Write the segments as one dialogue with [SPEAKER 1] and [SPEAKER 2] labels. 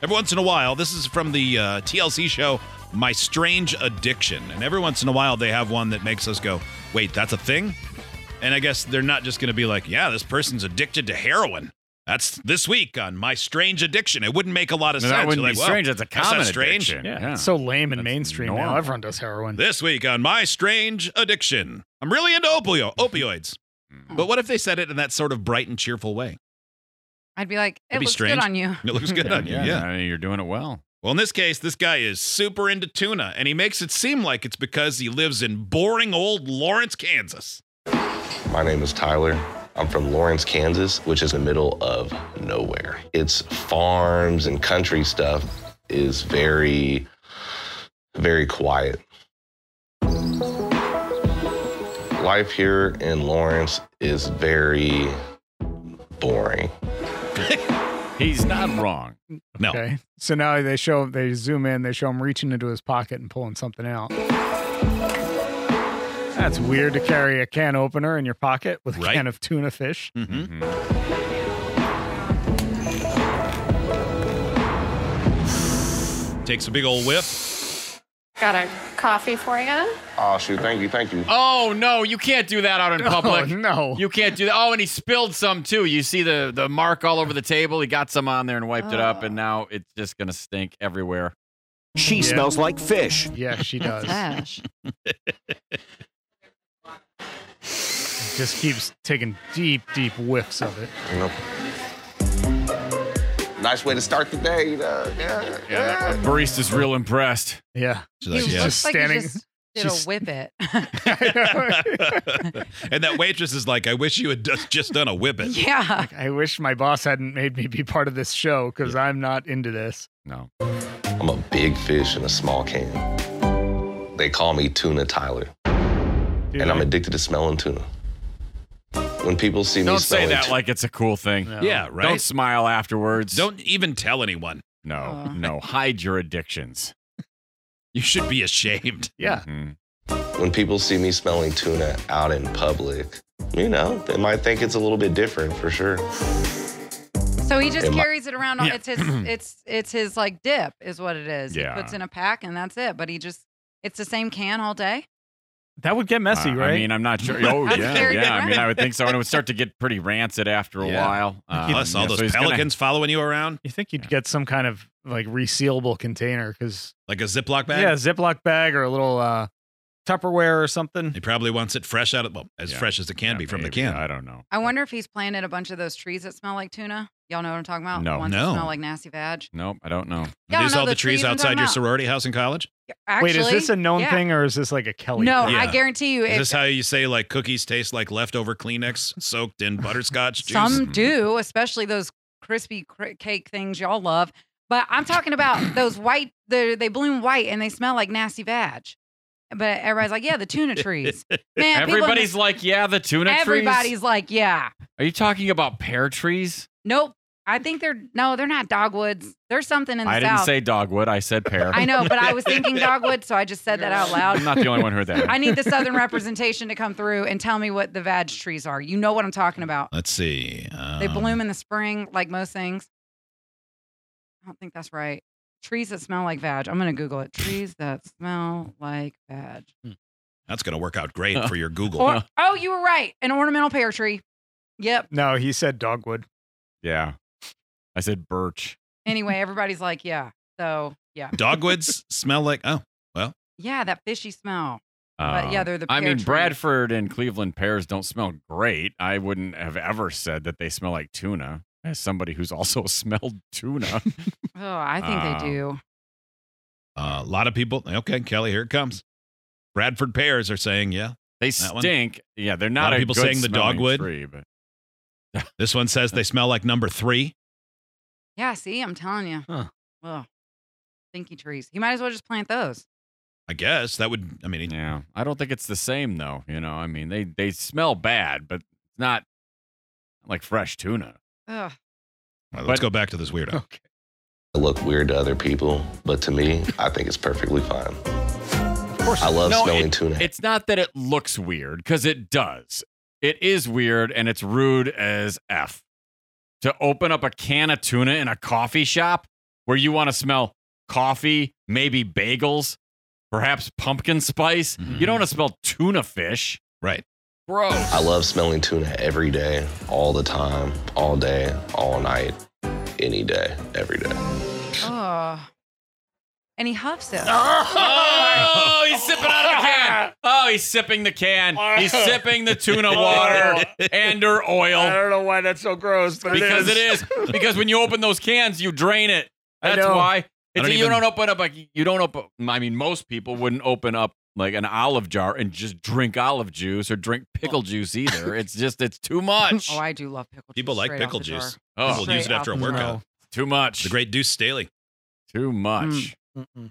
[SPEAKER 1] Every once in a while, this is from the uh, TLC show My Strange Addiction. And every once in a while, they have one that makes us go, wait, that's a thing? And I guess they're not just going to be like, yeah, this person's addicted to heroin. That's this week on My Strange Addiction. It wouldn't make a lot of
[SPEAKER 2] No,
[SPEAKER 1] sense.
[SPEAKER 2] that
[SPEAKER 1] You're
[SPEAKER 2] wouldn't
[SPEAKER 1] like,
[SPEAKER 2] be
[SPEAKER 1] "Well,
[SPEAKER 2] strange. That's a
[SPEAKER 1] not
[SPEAKER 2] common
[SPEAKER 1] strange.
[SPEAKER 2] addiction. Yeah.
[SPEAKER 3] It's so lame and
[SPEAKER 2] That's
[SPEAKER 3] mainstream now.
[SPEAKER 2] normal.
[SPEAKER 3] Everyone does heroin.
[SPEAKER 1] This week on My Strange Addiction, I'm really into opio- opioids. But what if they said it in that sort of bright and cheerful way?
[SPEAKER 4] I'd be like, it
[SPEAKER 1] That'd be
[SPEAKER 4] looks
[SPEAKER 1] strange.
[SPEAKER 4] good on you.
[SPEAKER 1] It looks good on you. yeah.
[SPEAKER 2] I mean, you're doing it well.
[SPEAKER 1] Well, in this case, this guy is super into tuna, and he makes it seem like it's because he lives in boring old Lawrence, Kansas.
[SPEAKER 5] My name is Tyler. I'm from Lawrence, Kansas, which is the middle of nowhere. It's farms and country stuff is very, very quiet. Life here in Lawrence is very boring.
[SPEAKER 2] He's not wrong.
[SPEAKER 1] No.
[SPEAKER 3] Okay. So now they show they zoom in, they show him reaching into his pocket and pulling something out. That's weird to carry a can opener in your pocket with a
[SPEAKER 1] Right.
[SPEAKER 3] can of tuna fish.
[SPEAKER 1] hmm
[SPEAKER 2] Mm-hmm.
[SPEAKER 1] Takes a big old whiff.
[SPEAKER 6] Got a coffee for you.
[SPEAKER 5] Oh, shoot. Thank you. Thank you.
[SPEAKER 2] Oh no, you can't do that out in public.
[SPEAKER 3] Oh, no.
[SPEAKER 2] You can't do that. Oh, and he spilled some too. You see the the mark all over the table. He got some on there and wiped it up, and now it's just gonna stink everywhere.
[SPEAKER 7] She
[SPEAKER 3] Yeah.
[SPEAKER 7] smells like fish.
[SPEAKER 3] yeah, she does.
[SPEAKER 4] Gosh.
[SPEAKER 3] Just keeps taking deep, deep whiffs of it.
[SPEAKER 5] You know. Nice way to start the day. uh, yeah, yeah.
[SPEAKER 2] barista's real impressed.
[SPEAKER 3] Yeah.
[SPEAKER 1] She's
[SPEAKER 4] He
[SPEAKER 1] like,
[SPEAKER 3] Yeah.
[SPEAKER 1] "Yes."
[SPEAKER 4] looks like he
[SPEAKER 3] standing-
[SPEAKER 4] just did
[SPEAKER 3] she's-
[SPEAKER 4] a whip it.
[SPEAKER 1] and that waitress is like, I wish you had dus- just done a whippet.
[SPEAKER 4] yeah.
[SPEAKER 3] I wish my boss hadn't made me be part of this show because I'm not into this.
[SPEAKER 2] No.
[SPEAKER 5] I'm a big fish in a small can. They call me Tuna Tyler.
[SPEAKER 3] Dude,
[SPEAKER 5] and I'm
[SPEAKER 2] Mm-hmm.
[SPEAKER 5] addicted to smelling tuna. When people see me
[SPEAKER 2] Don't say
[SPEAKER 5] smelling
[SPEAKER 2] that
[SPEAKER 5] tuna,
[SPEAKER 2] like it's a cool thing.
[SPEAKER 3] No.
[SPEAKER 1] Yeah, right?
[SPEAKER 2] Don't smile afterwards.
[SPEAKER 1] Don't even tell anyone.
[SPEAKER 2] No,
[SPEAKER 4] Oh.
[SPEAKER 2] no. Hide your addictions.
[SPEAKER 1] You should be ashamed.
[SPEAKER 3] Yeah.
[SPEAKER 2] Mhm.
[SPEAKER 5] when people see me smelling tuna out in public, you know, they might think it's a little bit different for sure.
[SPEAKER 4] So he just
[SPEAKER 5] Am I-
[SPEAKER 4] carries it around. on
[SPEAKER 1] Yeah.
[SPEAKER 4] It's his. It's it's his like dip is what it is.
[SPEAKER 2] Yeah.
[SPEAKER 4] He puts in a pack and that's it. But he just it's the same can all day.
[SPEAKER 3] That would get messy,
[SPEAKER 2] Uh,
[SPEAKER 3] right?
[SPEAKER 2] I mean, I'm not sure. Oh,
[SPEAKER 4] That's
[SPEAKER 2] yeah,
[SPEAKER 4] very
[SPEAKER 2] yeah. I
[SPEAKER 4] different.
[SPEAKER 2] mean, I would think so, and it would start to get pretty rancid after a
[SPEAKER 1] Yeah.
[SPEAKER 2] while. Um,
[SPEAKER 1] Plus, all
[SPEAKER 2] yeah, so
[SPEAKER 1] those
[SPEAKER 2] he's gonna-
[SPEAKER 1] pelicans following you around
[SPEAKER 3] you think you'd get some kind of like resealable container because
[SPEAKER 1] like a Ziploc bag.
[SPEAKER 3] Yeah, Ziploc bag or a little uh, Tupperware or something.
[SPEAKER 1] He probably wants it fresh out of, well, as
[SPEAKER 2] Yeah.
[SPEAKER 1] fresh as it can
[SPEAKER 2] Yeah,
[SPEAKER 1] be from the
[SPEAKER 2] maybe.
[SPEAKER 1] can.
[SPEAKER 2] I don't know.
[SPEAKER 4] I wonder if he's planted a bunch of those trees that smell like tuna. Y'all know what I'm talking about?
[SPEAKER 2] No.
[SPEAKER 4] The ones that
[SPEAKER 1] No.
[SPEAKER 4] Smell like nasty vag.
[SPEAKER 2] Nope, I don't know.
[SPEAKER 4] Y'all
[SPEAKER 1] These
[SPEAKER 4] know
[SPEAKER 1] all the trees
[SPEAKER 4] I'm
[SPEAKER 1] outside
[SPEAKER 4] talking
[SPEAKER 1] your
[SPEAKER 4] about.
[SPEAKER 1] sorority house in college?
[SPEAKER 4] Actually,
[SPEAKER 3] Wait, is this a known
[SPEAKER 4] yeah.
[SPEAKER 3] thing or is this like a Kelly?
[SPEAKER 4] No,
[SPEAKER 3] thing?
[SPEAKER 1] Yeah.
[SPEAKER 4] I guarantee you.
[SPEAKER 1] Is
[SPEAKER 4] if-
[SPEAKER 1] this how you say like cookies taste like leftover Kleenex soaked in butterscotch juice?
[SPEAKER 4] Some do, especially those crispy cr- cake things y'all love. But I'm talking about those white. They they bloom white and they smell like nasty vag. But everybody's like, yeah, the tuna trees. Man, people in
[SPEAKER 2] Everybody's
[SPEAKER 4] this-
[SPEAKER 2] like, yeah, the tuna
[SPEAKER 4] everybody's
[SPEAKER 2] trees.
[SPEAKER 4] like, yeah,
[SPEAKER 2] Are you talking about pear trees?
[SPEAKER 4] nope. I think they're no, they're not dogwoods. There's something in the
[SPEAKER 2] I
[SPEAKER 4] south.
[SPEAKER 2] didn't say dogwood. I said pear.
[SPEAKER 4] I know, but I was thinking dogwood, so I just said that out
[SPEAKER 2] I'm
[SPEAKER 4] loud.
[SPEAKER 2] not the only one who heard that.
[SPEAKER 4] I need the southern representation to come through and tell me what the vag trees are. You know what I'm
[SPEAKER 2] Mm.
[SPEAKER 4] talking about.
[SPEAKER 1] Let's see. Um,
[SPEAKER 4] They bloom in the spring, like most things. I don't think that's right. Trees that smell like vag. I'm gonna Google it. Trees that smell like vag.
[SPEAKER 1] That's going to work out great for your Google.
[SPEAKER 4] Or oh, you were right. An ornamental pear tree. Yep.
[SPEAKER 3] No, he said dogwood.
[SPEAKER 2] yeah. I said birch.
[SPEAKER 4] Anyway, everybody's like, yeah. So yeah,
[SPEAKER 1] Dogwoods smell like, oh,
[SPEAKER 4] yeah, that fishy smell. But yeah,
[SPEAKER 2] Um,
[SPEAKER 4] they're the. Pear
[SPEAKER 2] I mean,
[SPEAKER 4] trees.
[SPEAKER 2] Bradford and Cleveland pears don't smell great. I wouldn't have ever said that they smell like tuna as somebody who's also smelled tuna.
[SPEAKER 4] Oh, I think
[SPEAKER 2] Ah.
[SPEAKER 4] they do.
[SPEAKER 1] uh, a lot of people. Okay, Kelly, here it comes. Bradford pears are saying, yeah.
[SPEAKER 2] They
[SPEAKER 1] That one?
[SPEAKER 2] stink. Yeah, they're
[SPEAKER 1] lot
[SPEAKER 2] not a
[SPEAKER 1] of people
[SPEAKER 2] good
[SPEAKER 1] saying the
[SPEAKER 2] smelling
[SPEAKER 1] dogwood.
[SPEAKER 2] Tree, but
[SPEAKER 1] This one says they smell like number three.
[SPEAKER 4] Yeah. See, I'm telling you. Ugh. Stinky trees. You might as well just plant those.
[SPEAKER 1] I guess that would. I mean,
[SPEAKER 2] Yeah, I don't think it's the same though. You know, I mean, they they smell bad, but it's not like fresh tuna.
[SPEAKER 4] Ugh.
[SPEAKER 1] well, let's
[SPEAKER 2] But-
[SPEAKER 1] go back to this weirdo.
[SPEAKER 5] look weird to other people, but to me, I think it's perfectly fine.
[SPEAKER 2] Of course,
[SPEAKER 5] I love
[SPEAKER 2] no,
[SPEAKER 5] smelling
[SPEAKER 2] it-
[SPEAKER 5] tuna.
[SPEAKER 2] It's not that it looks weird because it does. It is weird and it's rude as f to open up a can of tuna in a coffee shop where you want to smell coffee, maybe bagels, perhaps pumpkin spice.
[SPEAKER 1] Mhm.
[SPEAKER 2] You don't want to smell tuna fish,
[SPEAKER 1] Right.
[SPEAKER 2] bro.
[SPEAKER 5] I love smelling tuna every day, all the time, all day, all night, any day, every day.
[SPEAKER 4] Ugh. And he huffs it.
[SPEAKER 2] Oh, he's sipping out of the can. Oh, he's sipping the can. He's sipping the tuna water and or
[SPEAKER 3] I
[SPEAKER 2] oil
[SPEAKER 3] don't know why that's so gross, but
[SPEAKER 2] because it is. Because when you open those cans, you drain it.
[SPEAKER 3] I
[SPEAKER 2] That's
[SPEAKER 3] know.
[SPEAKER 2] why. It's,
[SPEAKER 1] don't
[SPEAKER 2] you
[SPEAKER 1] even-
[SPEAKER 2] don't open up like you don't open. I mean, most people wouldn't open up like an olive jar and just drink olive juice or drink pickle juice either. It's just it's too much.
[SPEAKER 4] Oh, I do love pickle juice.
[SPEAKER 1] People like
[SPEAKER 4] straight off
[SPEAKER 1] pickle
[SPEAKER 4] the jar.
[SPEAKER 1] juice.
[SPEAKER 2] Oh,
[SPEAKER 1] People use it
[SPEAKER 4] Straight
[SPEAKER 1] after a
[SPEAKER 4] off the
[SPEAKER 1] workout.
[SPEAKER 3] jar.
[SPEAKER 2] too much.
[SPEAKER 1] The great Deuce Staley.
[SPEAKER 2] Too much.
[SPEAKER 4] Mm.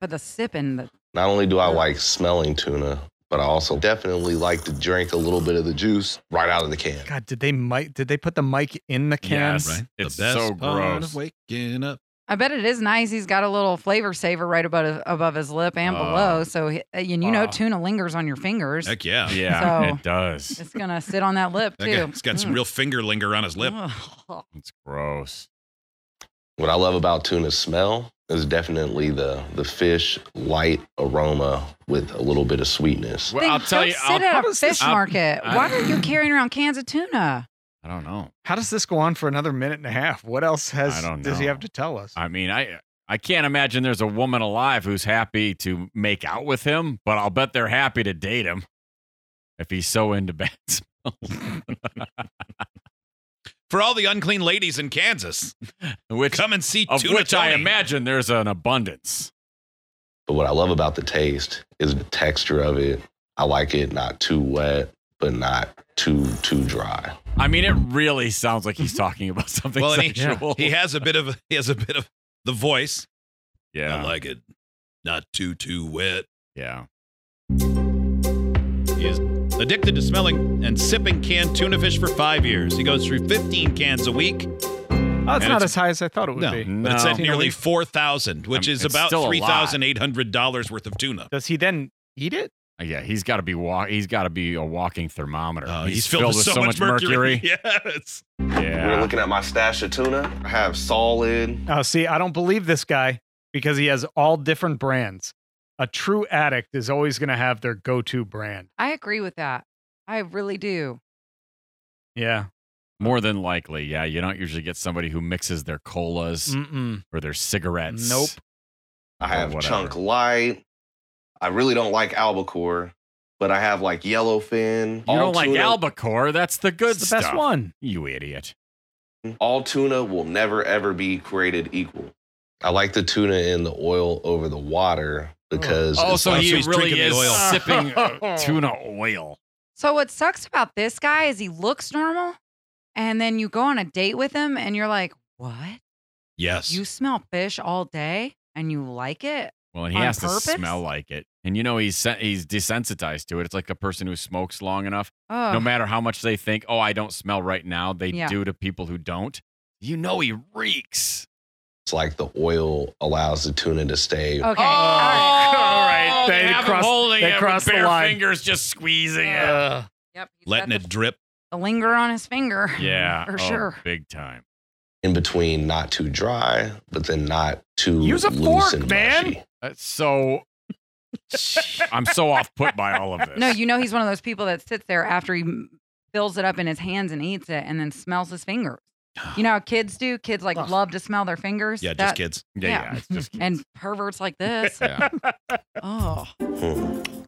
[SPEAKER 4] But the sipping, the,
[SPEAKER 5] Not only do I like smelling tuna, but I also definitely like to drink a little bit of the juice right out of the can.
[SPEAKER 3] God, did they mic? Did they put the mic in the can?
[SPEAKER 2] Yes.
[SPEAKER 1] Right.
[SPEAKER 2] It's
[SPEAKER 1] the best
[SPEAKER 2] so
[SPEAKER 1] part
[SPEAKER 2] gross.
[SPEAKER 1] of waking up.
[SPEAKER 4] I bet it is nice. He's got a little flavor saver right above above his lip and
[SPEAKER 2] Oh.
[SPEAKER 4] below. So he, and you know
[SPEAKER 2] Oh.
[SPEAKER 4] tuna lingers on your fingers.
[SPEAKER 1] Heck yeah.
[SPEAKER 2] Yeah,
[SPEAKER 4] So-
[SPEAKER 2] it does.
[SPEAKER 4] It's gonna sit on that lip
[SPEAKER 1] That
[SPEAKER 4] too. Mm.
[SPEAKER 1] guy's got some real finger linger on his lip.
[SPEAKER 4] Ugh.
[SPEAKER 2] It's gross.
[SPEAKER 5] What I love about tuna smell is definitely the the fish light aroma with a little bit of sweetness.
[SPEAKER 2] Well,
[SPEAKER 4] Then
[SPEAKER 2] I'll tell
[SPEAKER 4] go
[SPEAKER 2] you.
[SPEAKER 4] Sit
[SPEAKER 2] I'll,
[SPEAKER 4] at a
[SPEAKER 3] does
[SPEAKER 4] fish
[SPEAKER 3] this-
[SPEAKER 2] I'll-
[SPEAKER 4] market.
[SPEAKER 2] I-
[SPEAKER 4] Why are you carrying around cans of tuna?
[SPEAKER 2] I don't know.
[SPEAKER 3] How does this go on for another minute and a half? What else has
[SPEAKER 2] I don't
[SPEAKER 3] does he
[SPEAKER 2] know.
[SPEAKER 3] have to tell us?
[SPEAKER 2] I mean, I I can't imagine there's a woman alive who's happy to make out with him, but I'll bet they're happy to date him if he's so into bad smells.
[SPEAKER 1] For all the unclean ladies in Kansas,
[SPEAKER 2] which
[SPEAKER 1] come and see
[SPEAKER 2] of
[SPEAKER 1] Tuna
[SPEAKER 2] which I
[SPEAKER 1] Tony.
[SPEAKER 2] imagine there's an abundance.
[SPEAKER 5] But what I love about the taste is the texture of it. I like it not too wet, but not too too dry.
[SPEAKER 2] I mean, it really sounds like he's talking about something
[SPEAKER 1] Well, and he-
[SPEAKER 2] sexual.
[SPEAKER 1] He has a bit of he has a bit of the voice.
[SPEAKER 2] yeah,
[SPEAKER 1] I like it. Not too too wet.
[SPEAKER 2] yeah.
[SPEAKER 1] He is addicted to smelling and sipping canned tuna fish for five years. He goes through 15 cans a week.
[SPEAKER 3] Oh, it's
[SPEAKER 1] And
[SPEAKER 3] not
[SPEAKER 1] it's-
[SPEAKER 3] as high as I thought it would
[SPEAKER 1] No,
[SPEAKER 3] be.
[SPEAKER 1] but it's
[SPEAKER 2] No.
[SPEAKER 1] at nearly 4,000, which
[SPEAKER 2] I mean,
[SPEAKER 1] is
[SPEAKER 2] it's
[SPEAKER 1] about
[SPEAKER 2] still a lot.
[SPEAKER 1] $3,800 worth of tuna.
[SPEAKER 3] Does he then eat it?
[SPEAKER 2] Yeah, he's got to be walk. He's got to be a walking thermometer.
[SPEAKER 1] Uh, he's, filled, with so, much Yes.
[SPEAKER 5] We're
[SPEAKER 2] Yeah,
[SPEAKER 5] looking at my stash of tuna. I have solid.
[SPEAKER 3] Oh, see, I don't believe this guy because he has all different brands. A true addict is always going to have their go-to brand.
[SPEAKER 4] I agree with that. I really do.
[SPEAKER 3] Yeah.
[SPEAKER 2] more than likely. Yeah, you don't usually get somebody who mixes their colas
[SPEAKER 1] Mm.
[SPEAKER 3] Mm-mm.
[SPEAKER 2] or their cigarettes.
[SPEAKER 3] Nope.
[SPEAKER 5] I
[SPEAKER 2] Or
[SPEAKER 5] have
[SPEAKER 2] Oh, whatever.
[SPEAKER 5] chunk light. I really don't like albacore, but I have like yellowfin.
[SPEAKER 2] You
[SPEAKER 5] All
[SPEAKER 2] don't like
[SPEAKER 5] tuna-
[SPEAKER 2] albacore? That's the good
[SPEAKER 3] It's the
[SPEAKER 2] stuff.
[SPEAKER 3] best one.
[SPEAKER 2] You idiot.
[SPEAKER 5] All tuna will never ever be created equal. I like the tuna in the oil over the water because
[SPEAKER 2] Oh,
[SPEAKER 5] it's
[SPEAKER 2] so
[SPEAKER 1] Oh,
[SPEAKER 5] like-
[SPEAKER 1] so
[SPEAKER 2] he
[SPEAKER 1] he's
[SPEAKER 2] really
[SPEAKER 1] drinking
[SPEAKER 2] is
[SPEAKER 1] the oil.
[SPEAKER 2] sipping uh, tuna oil.
[SPEAKER 4] So what sucks about this guy is he looks normal, and then you go on a date with him, and you're like, "What?
[SPEAKER 1] Yes.
[SPEAKER 4] You smell fish all day, and you like it?
[SPEAKER 2] Well, he
[SPEAKER 4] On
[SPEAKER 2] has
[SPEAKER 4] purpose?
[SPEAKER 2] to smell like it, and you know he's sen- he's desensitized to it. It's like a person who smokes long enough.
[SPEAKER 4] Oh,
[SPEAKER 2] No matter how much they think, oh, I don't smell right now, they
[SPEAKER 4] Yeah.
[SPEAKER 2] do to people who don't. You know he reeks.
[SPEAKER 5] it's like the oil allows the tuna to stay
[SPEAKER 4] Okay.
[SPEAKER 2] Oh,
[SPEAKER 4] all right.
[SPEAKER 3] All right.
[SPEAKER 2] They,
[SPEAKER 3] They
[SPEAKER 2] have
[SPEAKER 3] crossed-
[SPEAKER 2] him holding
[SPEAKER 3] they
[SPEAKER 2] it
[SPEAKER 3] crossed the
[SPEAKER 2] with bare
[SPEAKER 3] line.
[SPEAKER 2] fingers, just squeezing it.
[SPEAKER 3] Ugh.
[SPEAKER 4] Yep. he's
[SPEAKER 1] Letting
[SPEAKER 4] got
[SPEAKER 1] it
[SPEAKER 4] the,
[SPEAKER 1] drip.
[SPEAKER 4] the linger on his finger.
[SPEAKER 2] Yeah,
[SPEAKER 4] For
[SPEAKER 2] oh,
[SPEAKER 4] sure.
[SPEAKER 2] big time.
[SPEAKER 5] in between, not too dry, but then not too
[SPEAKER 3] Use a
[SPEAKER 5] loose
[SPEAKER 3] fork,
[SPEAKER 5] and
[SPEAKER 3] man.
[SPEAKER 5] mushy.
[SPEAKER 2] That's Uh, so. I'm so off put by all of this.
[SPEAKER 4] No, you know he's one of those people that sits there after he m- fills it up in his hands and eats it, and then smells his fingers. You know how kids do? Kids like
[SPEAKER 3] Ugh.
[SPEAKER 4] love to smell their fingers.
[SPEAKER 1] Yeah, just
[SPEAKER 4] That-
[SPEAKER 1] kids.
[SPEAKER 2] Yeah,
[SPEAKER 4] yeah.
[SPEAKER 2] yeah. it's just
[SPEAKER 4] And perverts like this.
[SPEAKER 2] yeah.
[SPEAKER 4] oh,
[SPEAKER 2] Oh,
[SPEAKER 5] Hmm.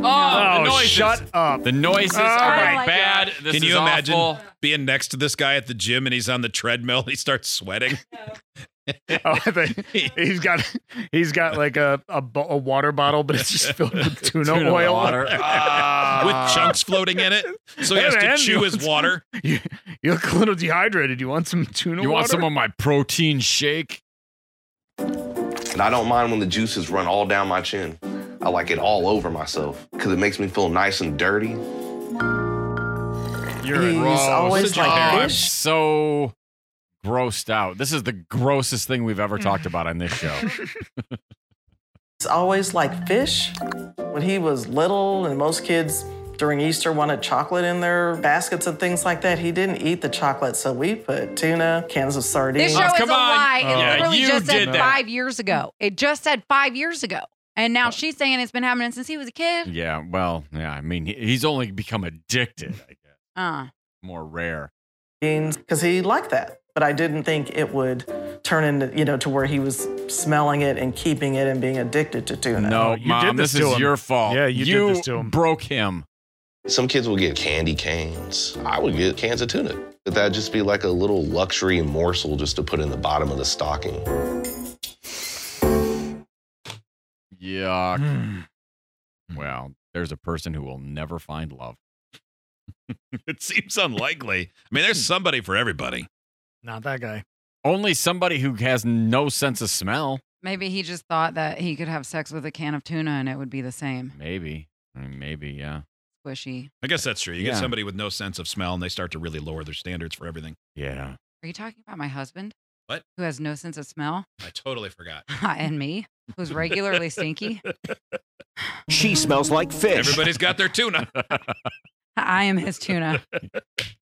[SPEAKER 3] Oh,
[SPEAKER 2] the noises.
[SPEAKER 3] shut up.
[SPEAKER 2] The noises
[SPEAKER 3] Oh,
[SPEAKER 2] are
[SPEAKER 4] my
[SPEAKER 2] bad. This
[SPEAKER 1] Can
[SPEAKER 2] is
[SPEAKER 1] you imagine
[SPEAKER 2] awful.
[SPEAKER 1] being next to this guy at the gym and he's on the treadmill? He starts sweating.
[SPEAKER 3] Oh, they- he's got he's got like a, a bo- a water bottle, but it's just filled with tuna,
[SPEAKER 2] Tuna
[SPEAKER 3] oil.
[SPEAKER 2] water. Uh,
[SPEAKER 1] with chunks floating in it. So he
[SPEAKER 3] Hey,
[SPEAKER 1] has to
[SPEAKER 3] man,
[SPEAKER 1] chew
[SPEAKER 3] you
[SPEAKER 1] his
[SPEAKER 3] want
[SPEAKER 1] water.
[SPEAKER 3] You, you look a little dehydrated. You want some tuna
[SPEAKER 2] You want
[SPEAKER 3] water?
[SPEAKER 2] some of my protein shake?
[SPEAKER 5] And I don't mind when the juices run all down my chin. I like it all over myself because it makes me feel nice and dirty.
[SPEAKER 2] You're
[SPEAKER 7] He's always
[SPEAKER 1] like
[SPEAKER 2] I'm
[SPEAKER 7] this.
[SPEAKER 2] so grossed out. This is the grossest thing we've ever talked about on this show.
[SPEAKER 7] It's always like fish. When he was little, and most kids during Easter wanted chocolate in their baskets and things like that, he didn't eat the chocolate, so we put tuna, cans of sardines.
[SPEAKER 4] This show
[SPEAKER 2] Oh,
[SPEAKER 4] is
[SPEAKER 2] come
[SPEAKER 4] a
[SPEAKER 2] on.
[SPEAKER 4] lie. It
[SPEAKER 2] Oh. Yeah,
[SPEAKER 4] literally
[SPEAKER 2] you
[SPEAKER 4] just said
[SPEAKER 2] did that.
[SPEAKER 4] five years ago. It just said five years ago. And now she's saying it's been happening since he was a kid.
[SPEAKER 2] yeah, well, yeah, I mean, he- he's only become addicted, I guess.
[SPEAKER 4] Uh,
[SPEAKER 2] More rare.
[SPEAKER 7] because he liked that. But I didn't think it would turn into, you know, to where he was smelling it and keeping it and being addicted to tuna.
[SPEAKER 2] No,
[SPEAKER 3] you
[SPEAKER 2] mom,
[SPEAKER 3] did
[SPEAKER 2] this,
[SPEAKER 3] this
[SPEAKER 2] is
[SPEAKER 3] to him.
[SPEAKER 2] your fault.
[SPEAKER 3] Yeah, you did
[SPEAKER 2] you
[SPEAKER 3] this to him.
[SPEAKER 2] broke him.
[SPEAKER 5] Some kids will get candy canes. I would get cans of tuna. But that'd just be like a little luxury morsel just to put in the bottom of the stocking.
[SPEAKER 2] Yuck. Well, there's a person who will never find love.
[SPEAKER 1] It seems unlikely. I mean, there's somebody for everybody.
[SPEAKER 8] Not that guy.
[SPEAKER 2] Only somebody who has no sense of smell.
[SPEAKER 4] maybe he just thought that he could have sex with a can of tuna and it would be the same.
[SPEAKER 2] Maybe. I mean, maybe, yeah.
[SPEAKER 4] Squishy.
[SPEAKER 1] I guess that's true. You
[SPEAKER 2] Yeah.
[SPEAKER 1] get somebody with no sense of smell, and they start to really lower their standards for everything.
[SPEAKER 2] Yeah.
[SPEAKER 4] Are you talking about my husband?
[SPEAKER 1] What?
[SPEAKER 4] Who has no sense of smell?
[SPEAKER 1] I totally forgot.
[SPEAKER 4] and me, who's regularly stinky?
[SPEAKER 9] She smells like fish.
[SPEAKER 1] Everybody's got their tuna.
[SPEAKER 4] I am his tuna.